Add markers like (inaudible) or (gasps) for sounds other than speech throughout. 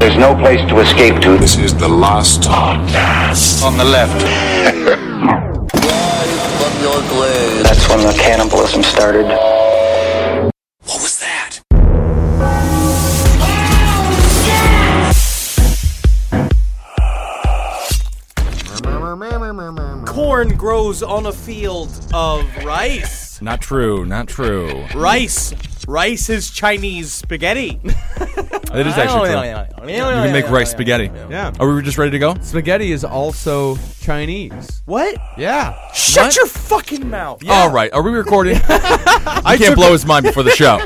There's no place to escape to. This is the last podcast. On the left. That's when the cannibalism started. What was that? Corn grows on a field of rice. Not true. Not true. Rice. Rice is Chinese spaghetti. (laughs) It is actually true. You can make rice spaghetti. Yeah. Are we just ready to go? Spaghetti is also Chinese. What? Yeah. Shut What? your fucking mouth. All right. Are we (laughs) recording? I can't blow his mind before the show.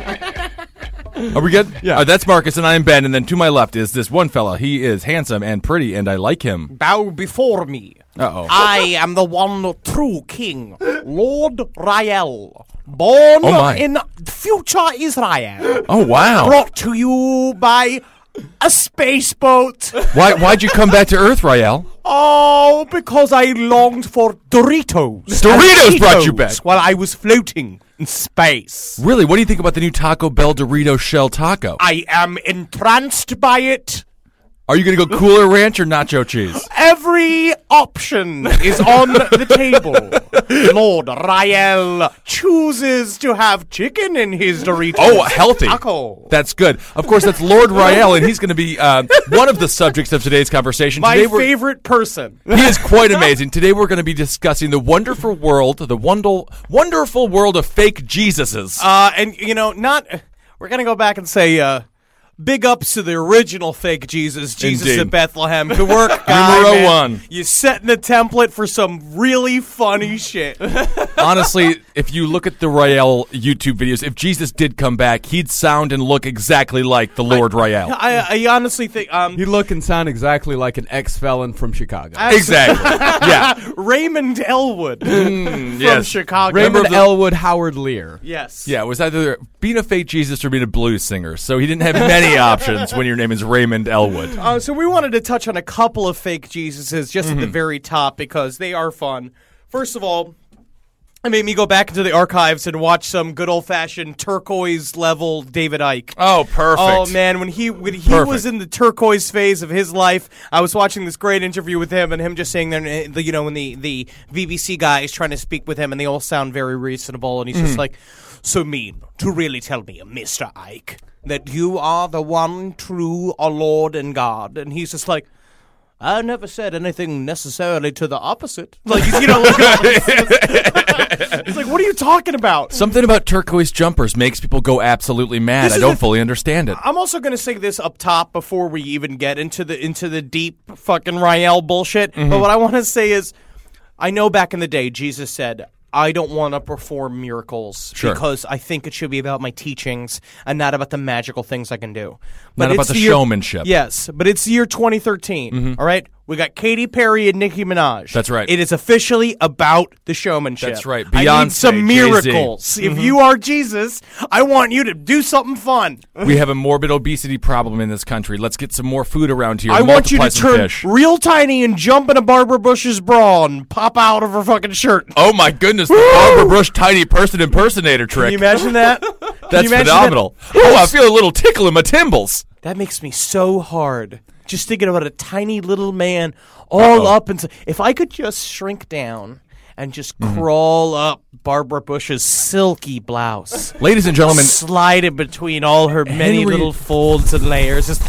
Are we good? Yeah. All right, that's Marcus, and I am Ben. And then to my left is this one fella. He is handsome and pretty, and I like him. Bow before me. Uh oh. I am the one true king, Lord Rael, born Oh my. in future (gasps) Israel. Oh wow. Brought to you by a space (laughs) boat. Why? Why'd you come back to Earth, Rael? Oh, because I longed for Doritos. Doritos And brought you Cheetos back. While I was floating in space. Really? What do you think about the new Taco Bell Dorito shell taco? I am entranced by it. Are you gonna go Cooler Ranch or Nacho Cheese? Every option is on the (laughs) table. Lord Rael chooses to have chicken in his Doritos. Oh, healthy. Taco. That's good. Of course, that's Lord Rael, and he's going to be uh, one of the subjects of today's conversation. My Today we're- favorite person. He is quite amazing. Today we're going to be discussing the wonderful world, the wonder, wonderful world of fake Jesuses. Uh, and you know, not we're gonna go back and say uh, big ups to the original fake Jesus, Jesus Indeed. of Bethlehem. Good work, (laughs) guy, Numero man. one. You setting the template for some really funny shit. Honestly, if you look at the Rael YouTube videos, if Jesus did come back, he'd sound and look exactly like the Lord (laughs) Rael. I, I honestly think um, He look and sound exactly like an ex felon from Chicago. Exactly. (laughs) yeah. Raymond Elwood Mm. from yes. Chicago. Raymond of the- Elwood Howard Lear. Yes. Yeah, it was either being a fake Jesus or being a blues singer. So he didn't have (laughs) many options when your name is Raymond Elwood. Uh, so we wanted to touch on a couple of fake Jesuses just at the very top because they are fun. First of all, it made me go back into the archives and watch some good old fashioned turquoise level David Ike. Oh, perfect. Oh man, when he when he Perfect. was in the turquoise phase of his life, I was watching this great interview with him and him just saying there, the- you know, when the the VBC guy is trying to speak with him and they all sound very reasonable and he's Mm. just like, so mean to really tell me, Mister Ike, that you are the one true uh, Lord and God, and he's just like. I never said anything necessarily to the opposite. Like you know, like, (laughs) it's like, what are you (laughs) talking about? Something about turquoise jumpers makes people go absolutely mad. This I is don't the- fully understand it. I'm also going to say this up top before we even get into the into the deep fucking Rael bullshit. Mm-hmm. But what I want to say is, I know back in the day Jesus said. I don't want to perform miracles Sure. because I think it should be about my teachings and not about the magical things I can do. But Not about it's the year- showmanship. Mm-hmm. yes, but it's the year 2013. all right, we got Katy Perry and Nicki Minaj. That's right. It is officially about the showmanship. That's right. I Beyonce, need some Jay-Z. Mm-hmm. miracles. If you are Jesus, I want you to do something fun. We have a morbid obesity problem in this country. Let's get some more food around here. I want you multiply to some turn fish. real tiny and jump into Barbara Bush's bra and pop out of her fucking shirt. Oh my goodness, the Barbara Bush tiny person impersonator trick. Can you (laughs) imagine that? That's phenomenal. Oh, I feel a little tickle in my timbals. That? makes me so hard. Just thinking about a tiny little man all up and if I could just shrink down and just Mm-hmm. crawl up Barbara Bush's silky blouse, Ladies and gentlemen, slide it between all her many Henry- little folds and layers. Just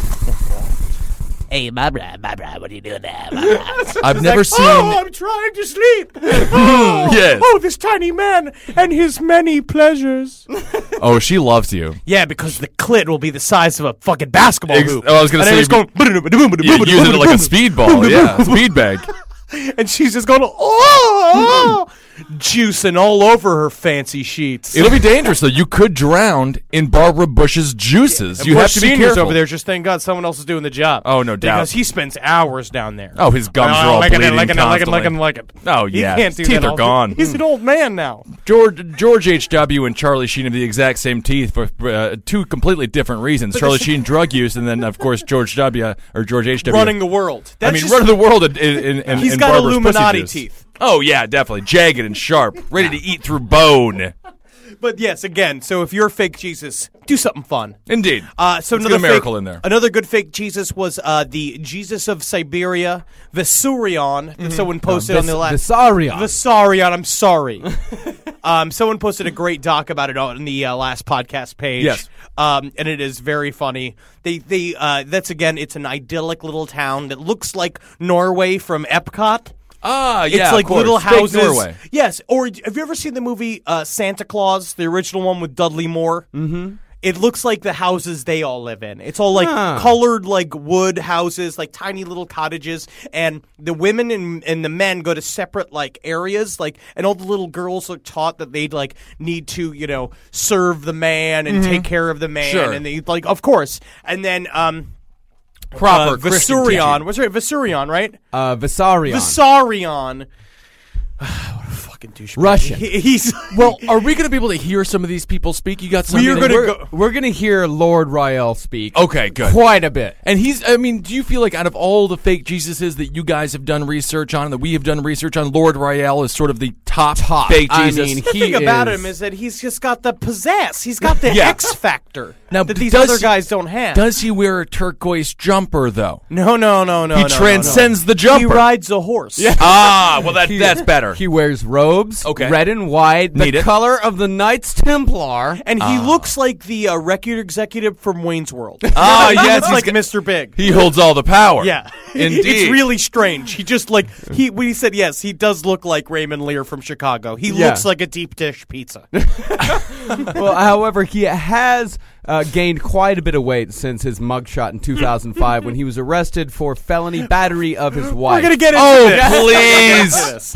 hey, Barbara, Barbara, what are you doing there? Barbara? (laughs) I've never like, seen. Oh, I'm trying to sleep. (laughs) oh, mm, Yes. oh, this tiny man and his many pleasures. (laughs) Oh, she loves you. yeah, because the clit will be the size of a fucking basketball Ex- hoop. oh, I was gonna and then say- it's (laughs) going. You use it like a speedball. Yeah, speed bag. And she's just going, oh, juicing all over her fancy sheets. It'll be dangerous though. You could drown in Barbara Bush's juices. You Bush have to be Senior's careful over there. Just thank God someone else is doing the job. Oh, no doubt. Because he spends hours down there. Oh, his gums are all like bleeding it, like it, like it, like it, constantly. like it. Oh, He yeah. can't do His teeth that are all- gone. He's an old man now. George George H. W. and Charlie Sheen have the exact same teeth for uh, two completely different reasons. (laughs) Charlie Sheen drug use, and then of course George W. or George H. W. Running the world. That's I mean, just- running the world in, in, in, in He's in got Barbara's pussy Illuminati juice. teeth. Oh yeah, definitely jagged and sharp, ready to eat through bone. But yes, again, so if you're fake Jesus, do something fun. Indeed. Uh, so Let's get another a miracle fake- in there. Another good fake Jesus was uh, the Jesus of Siberia, Vesurion, Mm-hmm. that someone posted on the last. Visaria. Vesarion, (laughs) I'm sorry. um, someone posted a great doc about it on the uh, last podcast page. Yes. Um, and it is very funny. They, they, uh, that's again, it's an idyllic little town that looks like Norway from Epcot. ah, It's yeah. of like course. little Fake houses. Norway. Yes. Or d- have you ever seen the movie uh, Santa Claus, the original one with Dudley Moore? Mm-hmm. It looks like the houses they all live in. It's all like Huh. colored, like wood houses, like tiny little cottages, and the women and, and the men go to separate like areas, like, and all the little girls are taught that they'd like need to, you know, serve the man and take care of the man, Mm-hmm. Sure. and they like, of course, and then um, Proper uh, Christian Vesurion, teaching. Uh-huh. what's right, Vesurion, right? Uh, Visaria. Vasarion. what a fucking douchebag. Russian. He- he's (laughs) Well, are we going to be able to hear some of these people speak? You got some. We are gonna we're, go- we're gonna hear Lord Rael speak. Okay, good. Quite a bit. And he's, I mean, do you feel like out of all the fake Jesuses that you guys have done research on, that we have done research on, Lord Rael is sort of the top, Top. fake I Jesus? mean, the he thing about is- him is that he's just got the possess. He's got the Yeah. X factor Now, that these does other he- guys don't have. Does he wear a turquoise jumper, though? no, no, no, no. He no, no, transcends no. the jumper. He rides a horse. Yeah. ah, well, that, that's better. He wears robes, Okay. red and white, the Need it. color of the (laughs) Knights Templar. And he looks like the uh, record executive from Wayne's World. Ah, (laughs) he yes, looks he's like got- Mr. Big. he holds all the power. yeah, (laughs) Indeed. it's really strange. He just like he when he said yes, he does look like Raymond Lear from Chicago. He Yeah. looks like a deep (laughs) dish pizza. well, however, he has uh, gained quite a bit of weight since his mugshot in 2005 when he was arrested for felony battery of his wife. We're gonna get into (laughs) Oh, this.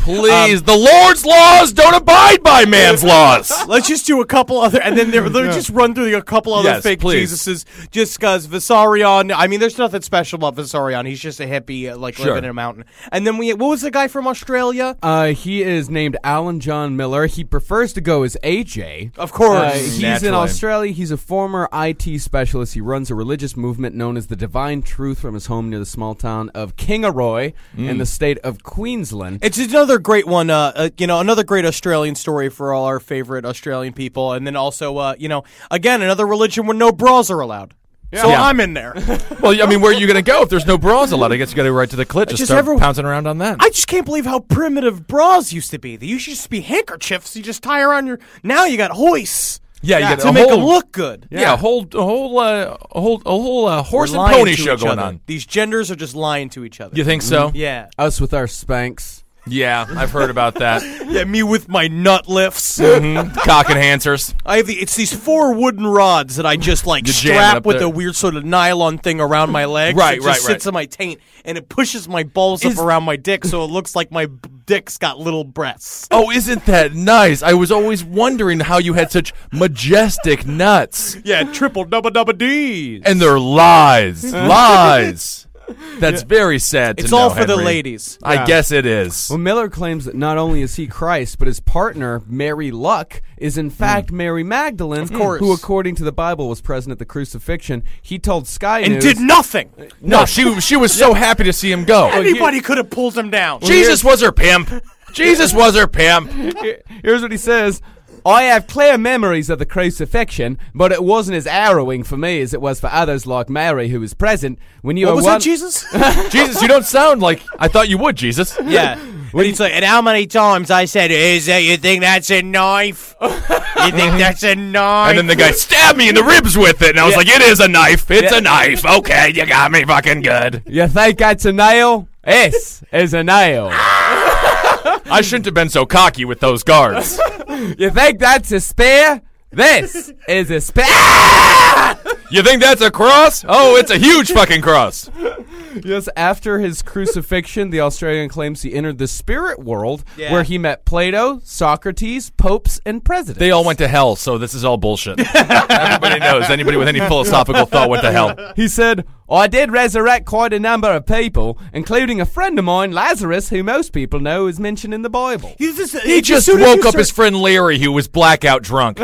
please. please. Um, the Lord's laws don't abide by (laughs) man's laws. Let's just do a couple other, and then there, let's just run through a couple other Yes, fake please. Jesuses. Just because Visarion, I mean, there's nothing special about Visarion. He's just a hippie, uh, like Sure. living in a mountain. And then we, what was the guy from Australia? Uh, he is named Alan John Miller. He prefers to go as AJ. Of course. Uh, he's in Oh, Naturally. Australia. He's a former IT specialist. He runs a religious movement known as the Divine Truth from his home near the small town of Kingaroy Mm. in the state of Queensland. It's another great one, uh, uh, you know, another great Australian story for all our favorite Australian people. And then also, uh, you know, again, another religion where no bras are allowed. So Yeah. I'm in there. (laughs) Well, I mean, where are you going to go if there's no bras allowed? I guess you got to go right to the clit. Just, just start ever- pouncing around on that. I just can't believe how primitive bras used to be. They used to just be handkerchiefs you just tie around your. Now you got hoists. Yeah, you got to a make them whole- look good. yeah, a whole, a whole, uh, a whole, a whole uh, horse and lying pony to show each going other. on. These genders are just lying to each other. You think so? yeah. Us with our Spanx. Mm-hmm. Yeah, I've heard about (laughs) that. Yeah, me with my nut lifts. Mhm. Cock enhancers. (laughs) I have the it's these four wooden rods that I just like You jam it strap up with there. a weird sort of nylon thing around my legs. Right, it just right, right. sits on my taint and it pushes my balls Is- up around my dick so it looks like my b- dick's got little breasts. Oh, isn't that nice? I was always wondering how you had such majestic nuts. Yeah, triple double double D's. And they're (laughs) lies. Lies. That's very sad to It's know, all for the Henry. ladies. I guess it is. Well, Miller claims that not only is he Christ, but his partner, Mary Luck, is in fact Mary Magdalene, of Hmm. course. who, according to the Bible, was present at the crucifixion. He told Sky And News. did nothing. No, she she was so happy to see him go. Anybody could have pulled him down. Jesus was her pimp. Jesus was her pimp. Here- Here's what he says. I have clear memories of the crucifixion, but it wasn't as harrowing for me as it was for others like Mary, who was present when you What are was one- that, Jesus? Jesus, you don't sound like I thought you would, Jesus. (laughs) (laughs) Yeah. When he's like, and how many times I said, "Is that you think that's a knife? You (laughs) think that's a knife?" And then the guy stabbed me in the ribs with it, and I was like, "It is a knife. It's a knife. Okay, you got me fucking good." You think that's a nail? Yes, it's a nail. I shouldn't have been so cocky with those guards. You think that's a spear? (laughs) This is a spear. You think that's a cross? Oh, it's a huge fucking cross. Yes, after his crucifixion, the Australian claims he entered the spirit world, Yeah. where he met Plato, Socrates, popes, and presidents. They all went to hell, so this is all bullshit. Everybody knows. Anybody with any philosophical thought went to hell. He said, I did resurrect quite a number of people, including a friend of mine, Lazarus, who most people know is mentioned in the Bible. He's just- He as just soon as you woke up start- his friend Larry, who was blackout drunk.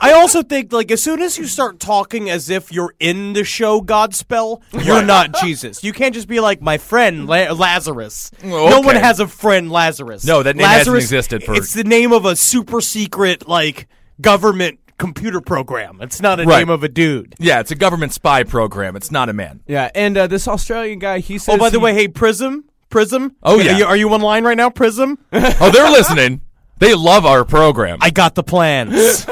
I also think, like, as soon as you start talking as if you're in the show Godspell, you're not Jesus. You can't just be like my friend La- Lazarus. No okay. one has a friend Lazarus. No, that name hasn't Lazarus, existed for- It's the name of a super secret like government computer program. It's not a Right. name of a dude. Yeah, it's a government spy program. It's not a man. Yeah, and uh, this Australian guy, he says. Oh, by the he- way, hey Prism, Prism. Oh, yeah. are you, are you online right now, Prism? Oh, they're listening. They love our program. I got the (laughs) plans.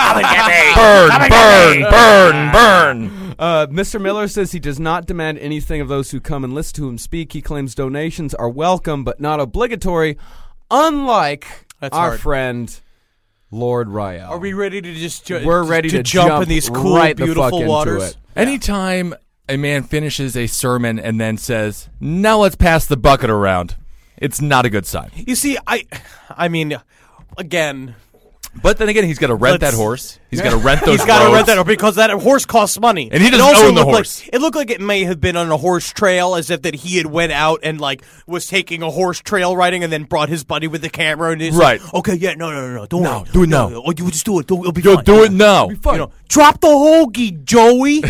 burn, burn, burn, burn. Uh, Mr. Miller says he does not demand anything of those who come and listen to him speak. He claims donations are welcome but not obligatory, unlike That's our hard. friend Lord Ryle. are we ready to just? Ju- We're just ready to, jump, in these cool, right the fuck beautiful into waters. it. Anytime a man finishes a sermon and then says, "Now let's pass the bucket around," it's not a good sign. You see, I, I mean, again, But then again, he's got to rent that Let's- horse. He's got to (laughs) rent those. he's got to roads. rent that because that horse costs money, And he It doesn't also own the looked like- horse. it looked like it may have been on a horse trail, as if that he had went out and like was taking a horse trail riding, and then brought his buddy with the camera and he's like, Right. okay, yeah, no, no, no, no, don't No, worry. do it now. No, oh, you just do it. Do, it'll be Yo, fine. do it now. You know, drop the hoagie, (laughs) Joey.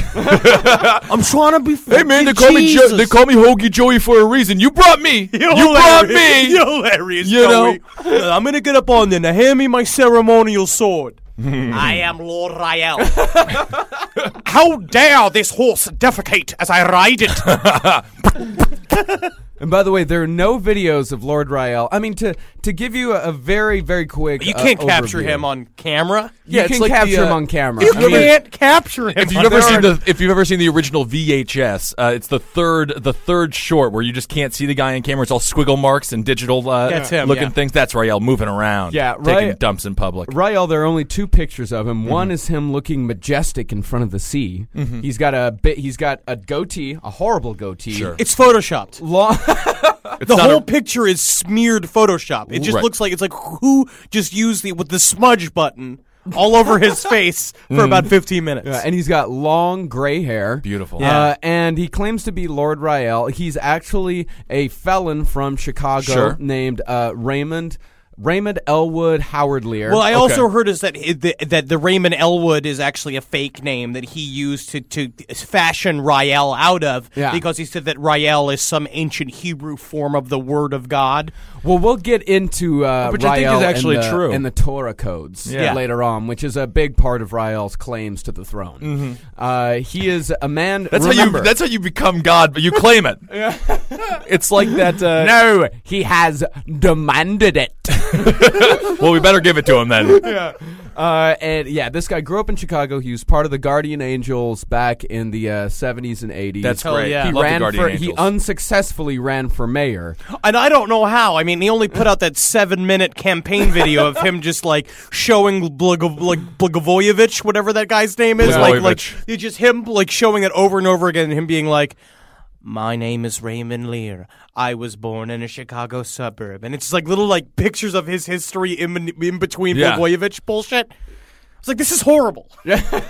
I'm trying to be. Hey man, they call me jo- they call me Hoagie Joey for a reason. You brought (laughs) me. You're you brought hilarious. me. (laughs) You're hilarious, You Joey. (laughs) I'm gonna get up on there. Now hand me my ceremonial sword. (laughs) I am Lord (laughs) Rael. How dare this horse defecate as I ride (laughs) it? And by the way, there are no videos of Lord Ryle. I mean, to to give you a, a very very quick, You uh, can't capture overview. him on camera. You Yeah, it's can like the, capture him uh, (laughs) on camera. You I mean, can't capture him. If you've on ever there. seen the if you've ever seen the original VHS, uh, it's the third the third short where you just can't see the guy in camera. It's all squiggle marks and digital uh, That's him, looking yeah. things. That's Rael moving around, Yeah, taking right. dumps in public. Rael, there are only two pictures of him. Mm-hmm. One is him looking majestic in front of the sea. He's got a bit. He's got a goatee, a horrible goatee. Sure. it's photoshopped. (laughs) Long, (laughs) the not whole a- picture is smeared Photoshop. It just Right. looks like it's like who just used the with the smudge button all over (laughs) his face for about 15 minutes. Uh, and he's got long gray hair. Beautiful. Uh, and he claims to be Lord Rael. He's actually a felon from Chicago Sure. named uh, Raymond Raymond Elwood Howard Lear. Well, I also heard is that i- the, that the Raymond Elwood is actually a fake name that he used to, to fashion Rael out of Yeah. because he said that Rael is some ancient Hebrew form of the word of God. Well, we'll get into uh, Which I think Rael is actually and the, true. and the Torah codes Yeah. later on, which is a big part of Rael's claims to the throne. Uh, he is a man. Mm-hmm. That's how remember- you. That's how you become God, but you claim (laughs) it. It's like that. (laughs) Uh, no, he has demanded it. Well, we better give it to him then. (laughs) Uh, and yeah, this guy grew up in Chicago. He was part of the Guardian Angels back in the uh, 70s and 80s. That's Hell great. yeah. I He love the ran Guardian for he Angels. unsuccessfully ran for mayor. And I don't know how. I mean, he only put out that seven (laughs) minute campaign video of him just like showing Blago- like Blagojevich, whatever that guy's name is, like like Blagojevich. it's just him like showing it over and over again, and him being like. My name is Raymond Lear. I was born in a Chicago suburb, and it's just like little like pictures of his history in, in between Yeah. Blagojevich bullshit. It's like this is horrible.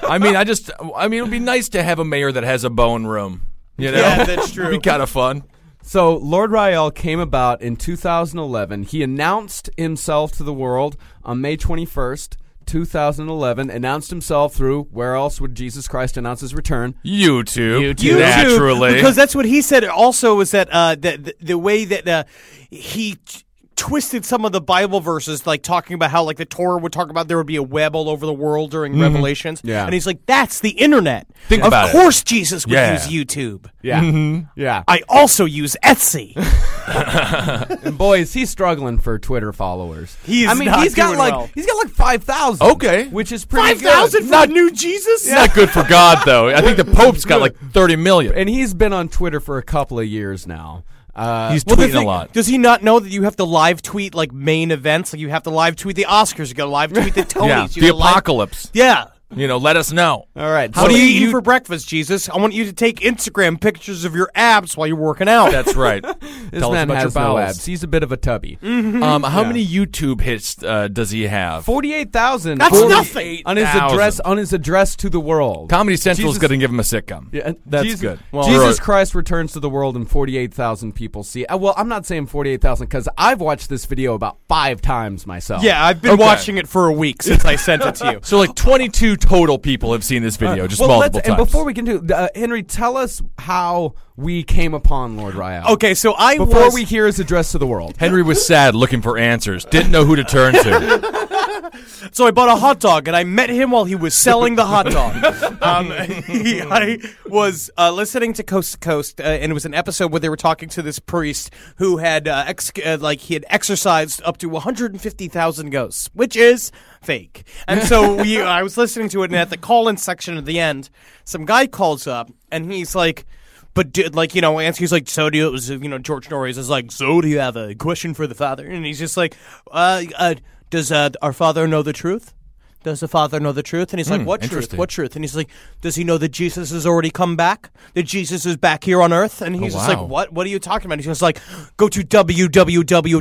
I mean, I just. I mean, it would be nice to have a mayor that has a bone room. You know, (laughs) Yeah, that's true. It'd be kind of fun. So Lord Rael came about in 2011. He announced himself to the world on May 21st, 2011. Announced himself through where else would Jesus Christ announce his return? YouTube, YouTube. naturally. because that's what he said. Also, was that uh, the, the the way that uh, he t- twisted some of the Bible verses, like talking about how like the Torah would talk about there would be a web all over the world during Revelations. Yeah. and he's like, that's the internet. Mm-hmm. Think of about it. course, Jesus would Yeah. use YouTube. Yeah, yeah. Mm-hmm. I also use (laughs) Etsy. And boy, is he struggling for Twitter followers. He is I mean, not he's got doing like well. he's got like five thousand. Okay. which is pretty Five good. thousand for the new Jesus. It's not good for God, though. I think the Pope's got like 30 million. And he's been on Twitter for a couple of years now. Uh, He's Well, the tweeting thing- a lot. Does he not know that you have to live tweet like main events? Like you have to live tweet the Oscars. You got to (laughs) live tweet the Tonys. yeah, you the gotta live- apocalypse. yeah. You know, let us know. all right. How so do you he- eat for breakfast, Jesus? I want you to take Instagram pictures of your abs while you're working out. That's (laughs) right. This Tell us man about has your no bowels. abs. He's a bit of a tubby. Mm. Um, how many YouTube hits uh, does he have? Forty-eight thousand. That's nothing. on his 48,000. address. On his address to the world. Comedy Central's Jesus- going to give him a sitcom. Yeah, that's Jesus, good. Jesus Christ returns to the world, and forty-eight thousand people see. Uh, well, I'm not saying forty-eight thousand because I've watched this video about five times myself. yeah, I've been Okay. watching it for a week since I sent it to you. (laughs) So like 22 total people have seen this video, just well, multiple let's, times. And before we can do, uh, Henry, tell us how we came upon Lord Rael. Okay, so I Before was we hear his address to the world. Henry was sad, looking for answers. Didn't know who to turn to. so I bought a hot dog and I met him while he was selling the hot dog. um, he- I was uh, listening to Coast to Coast, uh, and it was an episode where they were talking to this priest who had uh, ex- uh, like he had exorcised up to 150,000 ghosts, which is fake. And so we, I was listening to it, and at the call-in section at the end, some guy calls up and he's like. But did, like you know, Ansky's like, so do you? It was you know George Norris is like, so do you have a question for the father? And he's just like, uh, uh does uh, our father know the truth? Does the father know the truth? And he's like, what truth? Hmm, interesting. What truth? And he's like, does he know that Jesus has already come back? That Jesus is back here on earth? And he's just Oh, wow. like, what? What are you talking about? And he's just like, go to E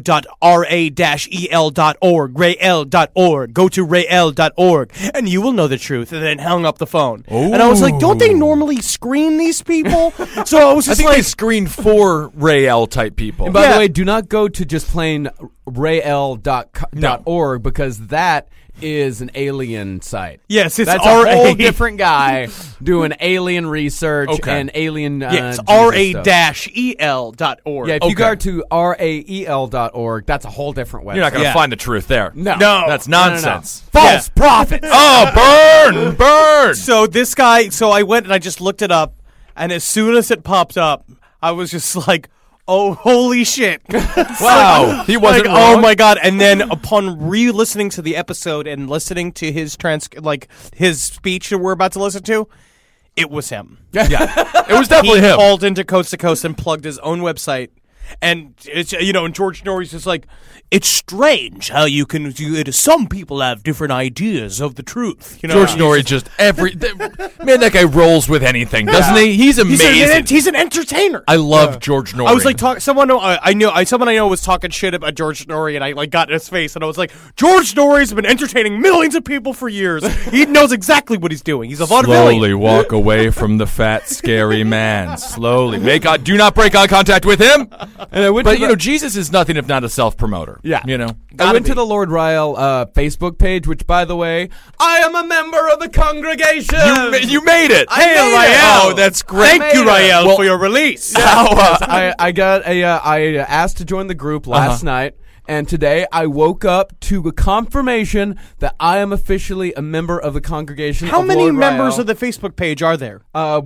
www.ra-el.org, rael.org, go to rael.org, and you will know the truth. And then hung up the phone. And I was like, don't they Ooh. normally screen these (laughs) people? so I was I just think they like, screen four Rael type people. And by Yeah. the way, do not go to just plain No. rayl.org because that is an alien site. Yes, it's That's RA. a whole different guy doing alien research Okay. and alien. Uh, yes, Jesus stuff. E ra-el dot org. Yeah, if you Okay. go to E rael.org, that's a whole different website. You're not going to Yeah. find the truth there. No. No. That's No, no, no. nonsense. False Yeah. prophets. Oh, burn, burn. So this guy, so I went and I just looked it up, and as soon as it popped up, I was just (laughs) like, "Oh, holy shit!" (laughs) Wow, he wasn't like, wrong. oh my god! And then upon re-listening to the episode and listening to his trans, like his speech that we're about to listen to, it was him. Yeah, it was he definitely him. called into Coast to Coast and plugged his own website. And it's you know, and George Norrie's just like, it's strange how you can. You, it, some people have different ideas of the truth. You know, George He's (laughs) Norrie just every th- man. That guy rolls with anything, doesn't he? He's He's amazing. an, he's an entertainer. I love George Norrie. I was like, talk, someone I, I knew, I, someone I know was talking shit about George Norrie, and I like got in his face, and I was like, George Norrie's been entertaining millions of people for years. (laughs) he knows exactly what he's doing. He's a vaudevillian. slowly walk away from the fat, scary man. Slowly make eye, do not break eye contact with him. And I went But to you the- know, Jesus is nothing if not a self promoter. Yeah. you know. I went be. to the Lord Ryle uh, Facebook page, which, by the way, I am a member of the congregation. You, ma- you made it. I Hail, made it. Rael. Oh, that's great. Thank you, Made it. Rael, for your release. How, uh, I, I got a, uh, I asked to join the group last night, and today I woke up to a confirmation that I am officially a member of the congregation. How of many Lord members Ryle. of the Facebook page are there? Uh,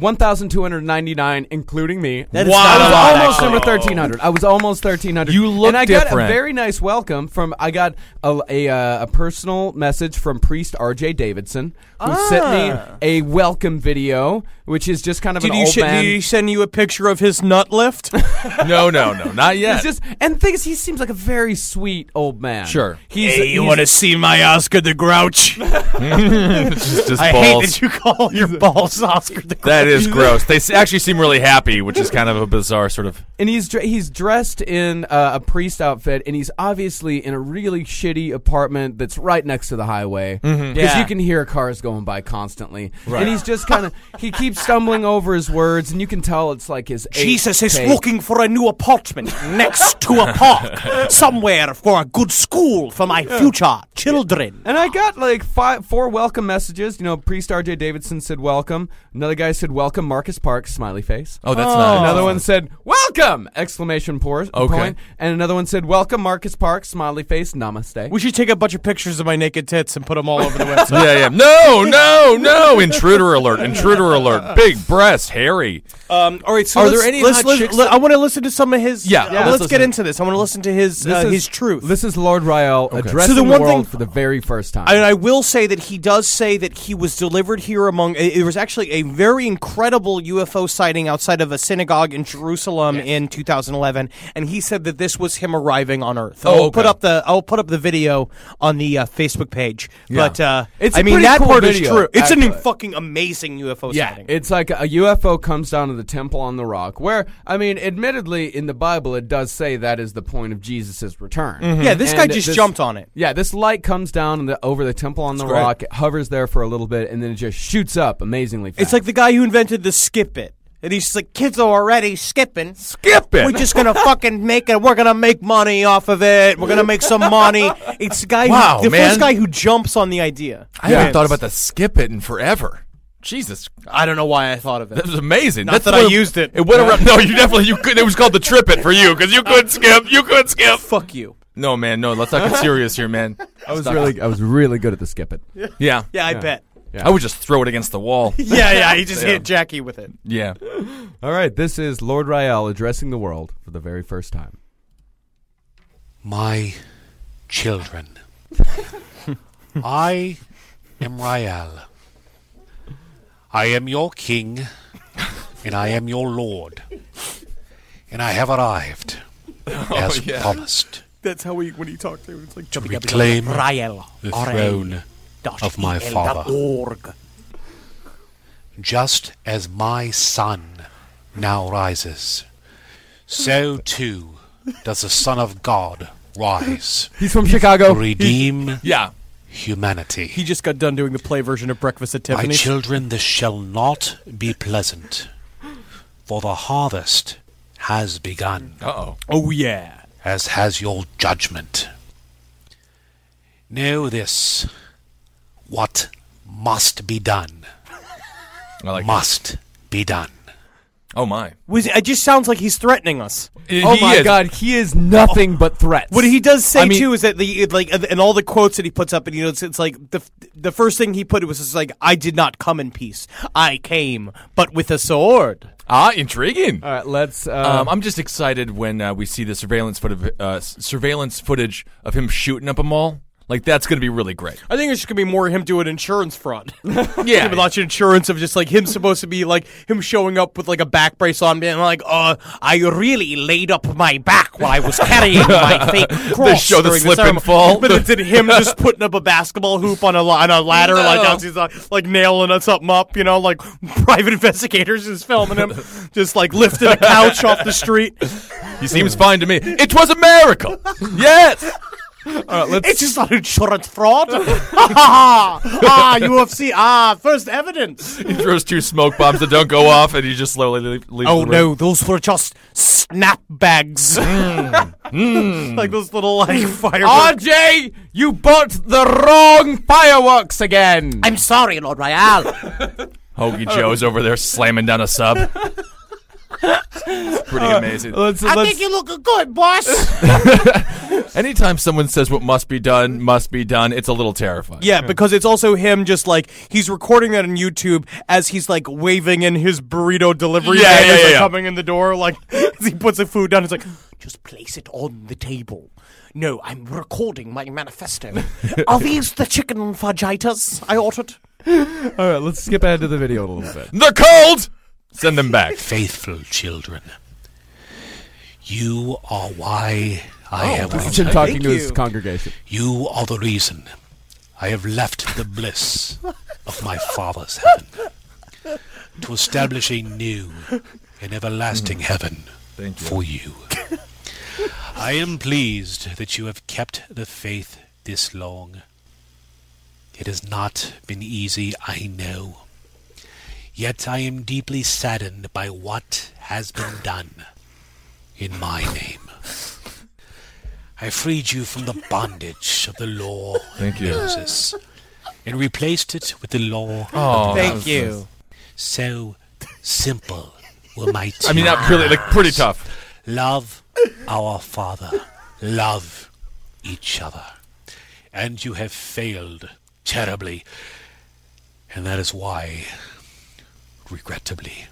1,299, including me. That is Wow. not a I lot, was almost actually. number 1,300. I was almost 1,300. You look And I got different. a very nice welcome from, I got a, a, uh, a personal message from priest R.J. Davidson, who sent me a welcome video, which is just kind Ah. of Did an you, old sh- man. did he send you a picture of his nut lift? (laughs) no, no, no, not yet. He's just and things. He seems like a very sweet old man. Sure. He's, he's- see my Oscar the Grouch? It's just I hate balls. that you call (laughs) your balls Oscar the Grouch. That (laughs) is gross. They s- actually seem really happy, which is kind of a bizarre sort of. and he's dre- he's dressed in uh, a priest outfit, and he's obviously in a really shitty apartment that's right next to the highway because Yeah. you can hear cars going by constantly. And he's just kind of he keeps stumbling over his words, and you can tell it's like his eighth Jesus is take. looking for a new apartment next to a (laughs) park, somewhere for a good school for my future children. And I got like five, four welcome messages. You know, priest R.J. Davidson said welcome. Another guy said welcome, Marcus Parks, smiley face. Oh, that's not Another one said, "Welcome!" Exclamation por- Okay. point. And another one said, "Welcome, Marcus Parks." Smiley face. Namaste. We should take a bunch of pictures of my naked tits and put them all over the website. Yeah, yeah. No, no, no. Intruder alert. Intruder alert. Big breasts, hairy. (laughs) Um, all right, so Are let's- there any let's- hot let's- chicks let- I want to listen to some of his. Yeah, uh, yeah, let's, let's get listen. into this. I want to listen to his uh, his truth. This is Lord Rael addressing So the the, one world thing- for the very first time. And I will say that he does say that he was delivered here among. It it was actually a very incredible UFO sighting outside of a synagogue in Jerusalem in 2011, and he said that this was him arriving on Earth. Oh, I'll okay. put up the I'll put up the video on the uh, Facebook page. But uh, It's I a mean pretty that cool part is video, true. It's an actually. fucking amazing UFO yeah, sighting. it's like a UFO comes down to the temple on the rock, where I mean, admittedly, in the Bible, it does say that is the point of Jesus' return. yeah, this And guy just this- jumped on it. Yeah, this light comes down in the, over the temple on the great. rock. It hovers there for a little bit, and then it just shoots up amazingly fast. It's like the guy who invented the skip it. And he's just like, kids are already skipping. Skip it. We're just (laughs) gonna fucking make it. We're gonna make money off of it. We're gonna make some money. It's the guy. Wow, who, the man. first guy who jumps on the idea. I haven't thought about the skip it in forever. Jesus, I don't know why I thought of it. that was amazing. Not That's that one I of- used it. It went around. (laughs) No, you definitely you could. It was called the trip it for you because you couldn't skip. You couldn't skip. Fuck you. No, man, no. Let's not get serious here, man. (laughs) I was (laughs) really, I was really good at the skip it. Yeah. Yeah, I bet. I would just throw it against the wall. (laughs) Yeah, yeah. He just Yeah. hit Jackie with it. yeah. All right, this is Lord Rael addressing the world for the very first time. My (laughs) children. I am Rael. I am your king, and I am your lord. And I have (laughs) arrived, as promised, That's how we when he talked to him. It's like to reclaim Rael. the throne of my father, Org. just as my sun now rises. So too does the Son of God rise He's from Chicago. to (laughs) redeem Yeah. humanity. He just got done doing the play version of Breakfast at My Tiffany's. children, this shall not be pleasant, for the harvest has begun, Uh oh. oh yeah. as has your judgment. Know this what must be done, I like. must be done. Oh my. Was, it just sounds like he's threatening us. oh my God, he is nothing but threats. What he does say I mean- too is that the like and all the quotes that he puts up and you know it's, it's like the the first thing he put was just like I did not come in peace. I came but with a sword. Ah, intriguing. All right, let's. Uh, Um, I'm just excited when uh, we see the surveillance footage, uh, s- surveillance footage of him shooting up a mall. Like that's gonna be really great. I think it's just gonna be more him doing insurance (laughs) fraud. Yeah. Give lots of insurance of just like him supposed to be like him showing up with like a back brace on being like, uh, I really laid up my back while (laughs) I was carrying my fake cross. show the during slip and ceremony." fall. But it's in him just putting up a basketball hoop on a, li- on a ladder like No. that's he's uh, like nailing us something up, you know, like (laughs) private investigators is filming him, just like lifting a couch off (laughs) the street. He seems fine to me. It was a miracle. (laughs) yes. It's just not insurance (laughs) fraud. ah, UFC. Ah, first evidence. He throws two smoke bombs that don't go off, and he just slowly le- leaves. Oh the room. no, those were just snap (laughs) bags. like those little (laughs) like fireworks. RJ, you bought the wrong fireworks again. I'm sorry, Lord (laughs) Royale. Hoagie Joe's over there slamming down a sub. it's pretty amazing. let's, let's, you look good, boss. Anytime someone says what must be done must be done, it's a little terrifying. (laughs) yeah, because it's also him just like he's recording that on YouTube as he's like waving in his burrito delivery Yeah, man yeah, as they're yeah. coming in the door, like (laughs) as he puts the food down, it's like just place it on the table. No, I'm recording my manifesto. (laughs) Are these the chicken fajitas I ordered? all right, let's skip ahead to the video a little (laughs) bit. They're cold. Send them back. Faithful children, you are why I have This is arrived. him talking to his you. congregation. You are the reason I have left the bliss of my father's heaven to establish a new and everlasting Hmm. heaven for you. I am pleased that you have kept the faith this long. It has not been easy, I know. Yet I am deeply saddened by what has been done in my name. I freed you from the bondage of the law Thank you. Moses and replaced it with the law. Oh, that was- So simple were my tears. I mean, not really. Like pretty tough. Love our Father. Love each other. And you have failed terribly. And that is why, regrettably,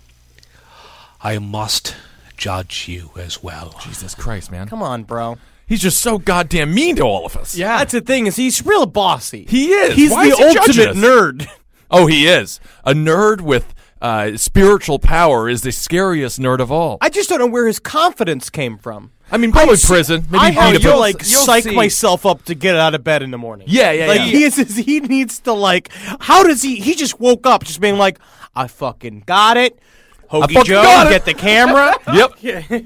I must judge you as well. Jesus Christ, man. Come on, bro. He's just so goddamn mean to all of us. Yeah, that's the thing is he's real bossy. He is. He's Why the is he judging ultimate us? nerd. Oh, he is. A nerd with uh, spiritual power is the scariest nerd of all. I just don't know where his confidence came from. I mean, probably prison. Maybe I have beat to up a- like you'll psych see. myself up to get out of bed in the morning. Yeah, yeah, like, yeah. He is, is- he needs to like. How does he? He just woke up just being like, I fucking got it. Hoagie fucking Joe, got it." get the (laughs) camera. (laughs) Yep.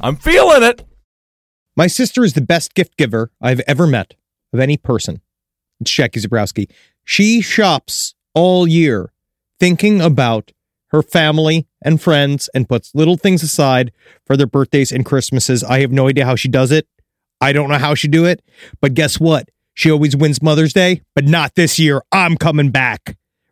I'm feeling it. My sister is the best gift giver I've ever met of any person. It's Jackie Zabrowski. She shops all year thinking about her family and friends and puts little things aside for their birthdays and Christmases. I have no idea how she does it. I don't know how she do it, but guess what? She always wins Mother's Day, but not this year. I'm coming back.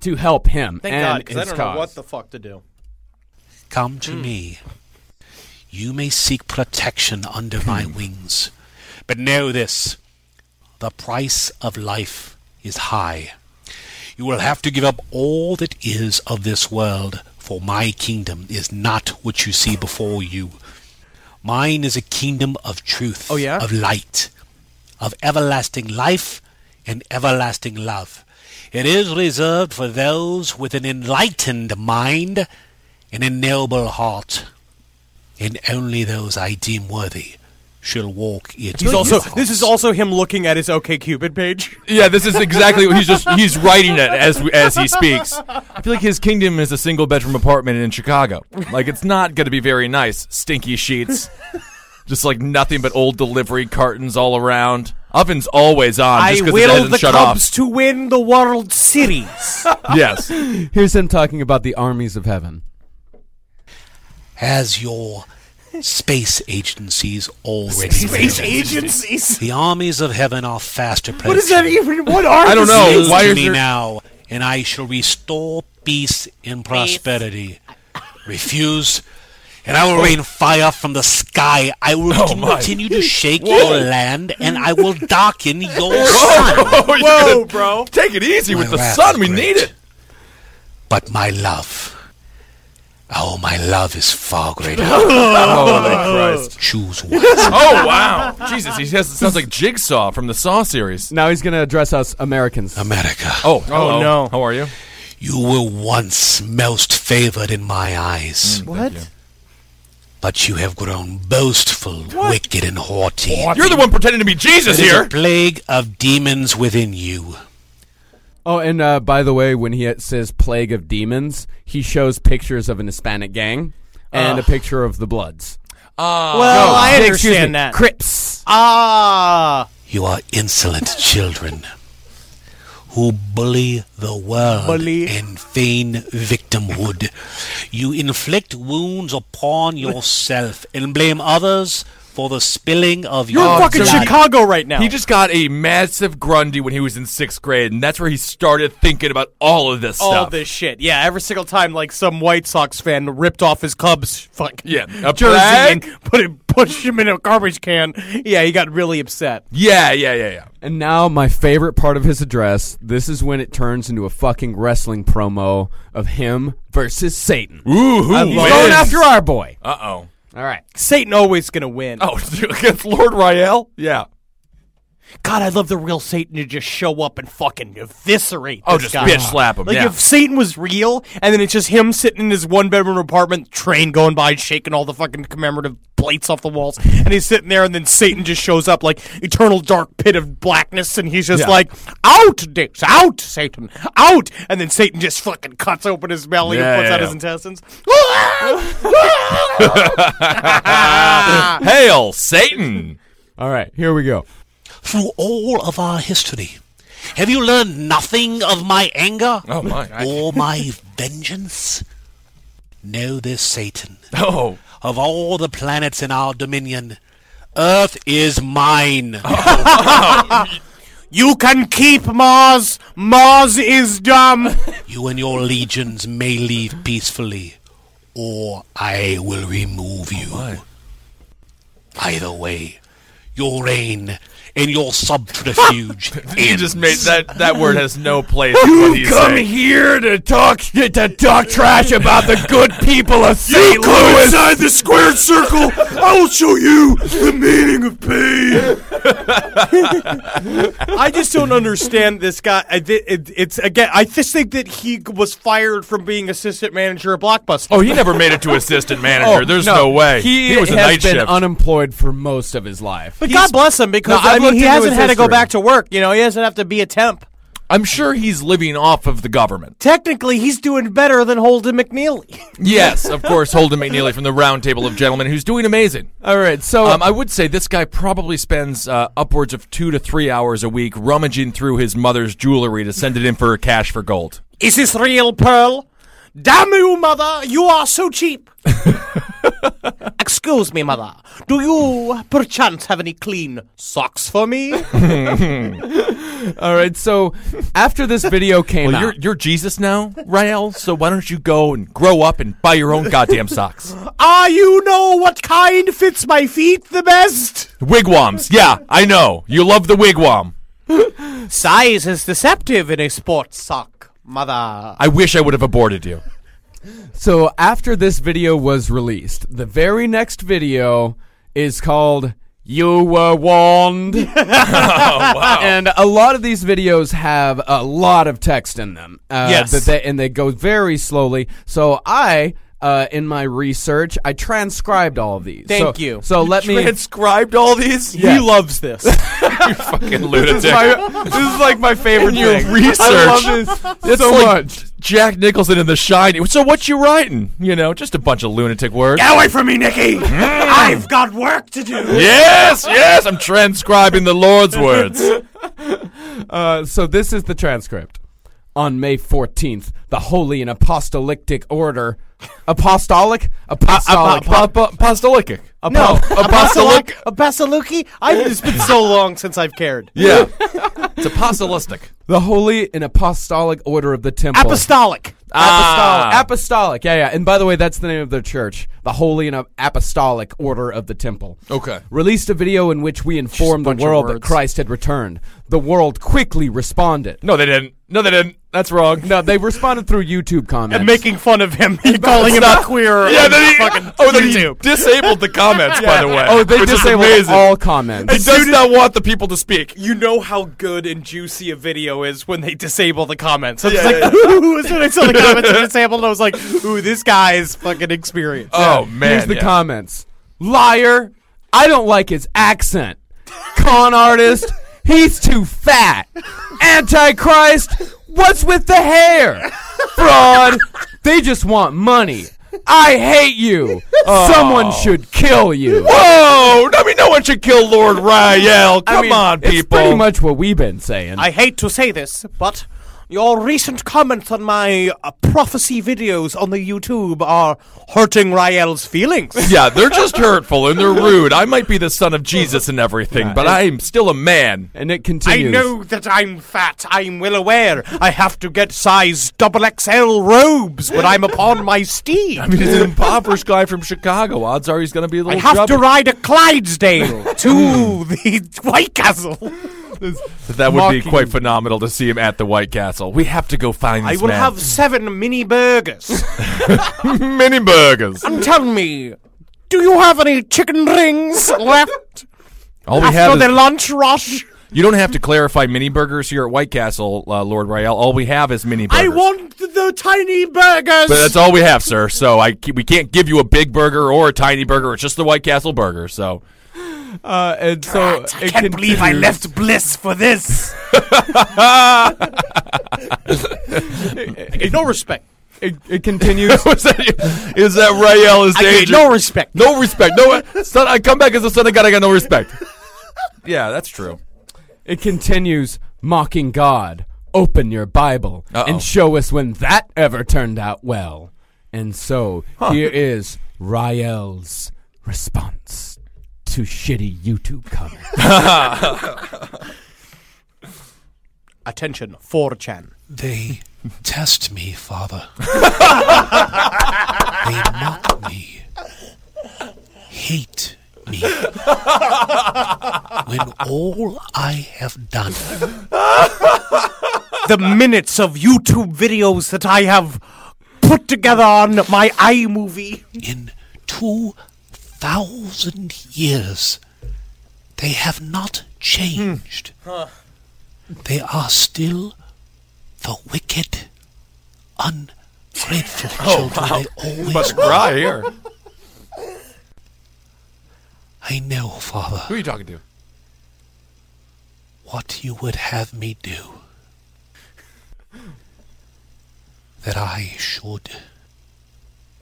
to help him Thank and God, because his I don't cause. know what the fuck to do. Come to Hmm. me. You may seek protection under (clears throat) my wings. But know this the price of life is high. You will have to give up all that is of this world, for my kingdom is not what you see before you. Mine is a kingdom of truth, Oh, yeah? of light, of everlasting life and everlasting love. It is reserved for those with an enlightened mind and a noble heart, and only those I deem worthy shall walk it. He's also this is also him looking at his OK Cupid page. Yeah, this is exactly what he's just he's writing it as as he speaks. I feel like his kingdom is a single bedroom apartment in Chicago. Like it's not going to be very nice. Stinky sheets. Just like nothing but old delivery cartons all around. Oven's always on just I because it will hasn't the shut Cubs to win the (laughs) World Series. off. Yes. Oh, Here's him talking about the armies of heaven. as your space agencies already space agencies. The armies of heaven are fast approaching. What is that (laughs) even? What are? I don't these know. things? Listen why to is me there- now, and I shall restore peace and prosperity. Refuse, and I Oh. will rain fire from the sky. I will continue to shake your land, and I will darken your (laughs) sun. Whoa, Whoa, bro. oh, Take it easy with My the wrath sun. We is need great. it. But my love, oh, my love is far greater. (laughs) Holy Christ. Choose one. Oh wow. Jesus, he has, sounds like Jigsaw from the Saw series. Now he's going to address us Americans. America. Oh, hello. no. How are you? You were once most favored in my Mm, eyes. What? But you have grown boastful, wicked, and haughty. You're the one pretending to be Jesus It is here. a plague of demons within you. Oh, and uh, by the way, when he says plague of demons, he shows pictures of an Hispanic gang and a picture of the Bloods. Well, Oh, I Excuse me, understand that. Crips. Ah, You are insolent children who bully the world Bully. and feign victimhood. You inflict wounds upon yourself and blame others for the spilling of You're your fucking blood. Chicago right now. Oh, He just got a massive grundy when he was in sixth grade, and that's where he started thinking about all of this all stuff. this shit. Yeah, every single time, like some White Sox fan ripped off his Cubs fucking Yeah, a jersey brag. and put him, (laughs) pushed him in a garbage can. Yeah, he got really upset. Yeah, yeah, yeah, yeah. And now my favorite part of his address. This is when it turns into a fucking wrestling promo of him versus Satan. Ooh, who He's going after our boy. Uh oh. All right. Satan always gonna win. Oh, (laughs) against Lord Rael? Yeah. God, I'd love the real Satan to just show up and fucking eviscerate. Oh, this just guy. bitch slap him, Like yeah. if Satan was real, and then it's just him sitting in his one bedroom apartment, train going by, shaking all the fucking commemorative plates off the walls, and he's sitting there, and then Satan just shows up like eternal dark pit of blackness, and he's just Yeah. like, "Out, dicks, out, Satan, out!" And then Satan just fucking cuts open his belly Yeah, and puts yeah, out yeah. his intestines. Uh, Hail Satan! All right. Here we go. through all of our history. Have you learned nothing of my anger Oh my! I, or my vengeance? Know this, Satan. (laughs) oh, Of all the planets in our dominion, Earth is mine. Oh. you can keep Mars. Mars is dumb. You and your legions may leave peacefully, or I will remove you. Either way, your reign and your (laughs) subterfuge he ends. just made that that word has no place. in what he's saying. here to talk to talk trash about the good people of St. Louis. inside the squared circle. I will show you the meaning of pain. I just don't understand this guy. I thi- it- it's again. I just think that he was fired from being assistant manager at Blockbuster. Oh, he never made it to assistant manager. There's Oh, no, way. Oh, He, was a has night been shift. unemployed for most of his life. but God bless him because No, I I've mean looked he into hasn't his had to go history. back to work. You know, he doesn't have to be a temp. I'm sure he's living off of the government. Technically, he's doing better than Holden McNeely. Yes, of course. Holden McNeely from the Round Table of Gentlemen, who's doing amazing. All right. So Um, I would say this guy probably spends uh, upwards of two to three hours a week rummaging through his mother's jewelry to send it in for cash for gold. (laughs) Is this real, Pearl? Damn you, mother! You are so (laughs) cheap. Excuse me, mother. Do you perchance have any clean socks for me? (laughs) all right. So after this video came Um, (laughs) Well, out, you're you're Jesus now, Rael. So why don't you go and grow up and buy your own goddamn socks? Ah, you know what kind fits my feet the best. Wigwams. Yeah, I know. You love the wigwam. Size is deceptive in a sports sock, mother. I wish I would have aborted you. So after this video was released, the very next video is called "You Were (laughs) Warned," and a lot of these videos have a lot of text in them. Uh, Yes. that they, and they go very slowly. So I. Uh, in my research, I transcribed all of these. Thank So- you. So let me. Transcribed all these. Yeah. loves (laughs) this. you fucking lunatic. this, is my, (laughs) this is like my favorite Your thing. research. I love this so like much. Jack Nicholson in The Shining. So what you writing? You know, just a bunch of lunatic words. Get away from me, (laughs) Nikki! I've got work to do. Yes, yes, I'm transcribing the Lord's words. Uh, so this is the transcript. On May 14th, the Holy and Apostolic Order. Apostolic? Apostolic. Apostolic. No, apostolic. Abasaluki? I've Uh, it's been so long since I've cared. (laughs) Yeah, it's apostolistic. the Holy and Apostolic Order of the Temple. Apostolic. Ah. Apostolic. Apostolic. Yeah, yeah. And by the way, that's the name of their church. The Holy and Apostolic Order of the Temple. Okay. Released a video in which we informed the bunch of world that words. Christ had returned. The world quickly responded. No, they didn't. No, they didn't. That's wrong. (laughs) No, they responded through YouTube comments. And making fun of him, calling him a queer. Yeah, on then he, fucking oh, then he YouTube. disabled the comments. By the way, oh, they which is disabled amazing. all comments. He does not want the people to speak. you know how good and juicy a video is when they disable the comments. I was Yeah, like, (laughs) yeah, ooh, as soon as I saw the (laughs) comments were disabled, I was like, ooh, this guy is fucking experienced. Oh man, Here's the yeah. comments. Liar. I don't like his accent. Con artist. He's too fat. Antichrist. What's with the hair? Fraud. They just want money. I hate you. Someone should kill you. Whoa! I mean, no one should kill Lord Rael. Come I mean, on, It's people. pretty much what we've been saying. I hate to say this, but Your recent comments on my uh, prophecy videos on the YouTube are hurting Rael's feelings. (laughs) Yeah, they're just hurtful and they're rude. I might be the son of Jesus and everything, but I'm still a man. And it I continues. know that I'm fat. I'm well aware. I have to get size double XL robes when I'm upon my steed. I mean, he's an impoverished guy from Chicago. Odds are he's going to be a I little have to chubby. ride (laughs) a Clydesdale to the White Castle. that would be Mocking. quite phenomenal to see him at the White Castle. We have to go find I this will man. have seven mini burgers. (laughs) mini burgers. Tell me, do you have any chicken (laughs) rings left All we after have the is, lunch rush? you don't have to clarify mini burgers here at White Castle, uh, Lord Rael. All we have is mini burgers. I want the tiny burgers. But that's all we have, sir. So I ca- we can't give you a big burger or a tiny burger. It's just the White Castle burger. So Uh, and so I it can't believe I continues. left Bliss for this. I get no respect. It, it (laughs) continues. is that, is that Rael? Is I get no respect. No respect. No son. I come back as a son of God. I got no respect. (laughs) Yeah, that's true. it continues mocking God. Open your Bible Uh-oh. and show us when that ever turned out well. And so here is Rael's response to shitty YouTube comments. Attention, 4chan. They test me, Father. they mock me, hate me, when all I have done the minutes of YouTube videos that I have put together on my iMovie. in 2,000 years, they have not changed. They are still the wicked, ungrateful children they always Cry here. I know, Father, are you talking to? what you would have me do. That I should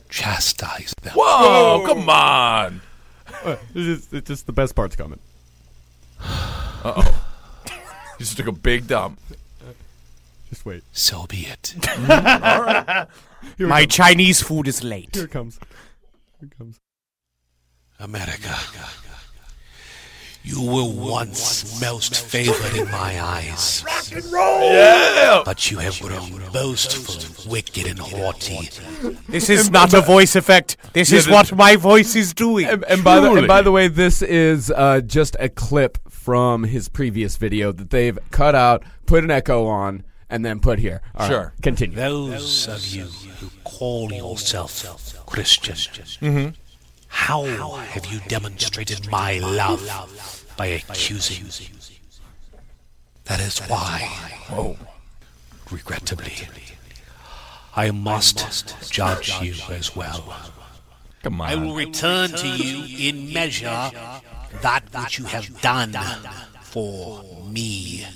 chastise them. Whoa! Come on. It's just, it's just the best part's (sighs) coming. (laughs) You just took a big dump. Just wait. So be it. My Chinese food is late. it comes. Here it comes. America. You were once most favored in my eyes. But you have grown boastful, wicked, and haughty. This is not a voice effect. This is the- what my voice is doing. And, and by the and Surely. by the way, this is uh, just a clip from his previous video that they've cut out, put an echo on, and then put here. All right, Sure. continue. Those of you who call yourself Christian, how have you demonstrated my love by accusing? That is why, oh, regrettably, I must judge you as well. Come on. I will return to you in measure that which you have done for me.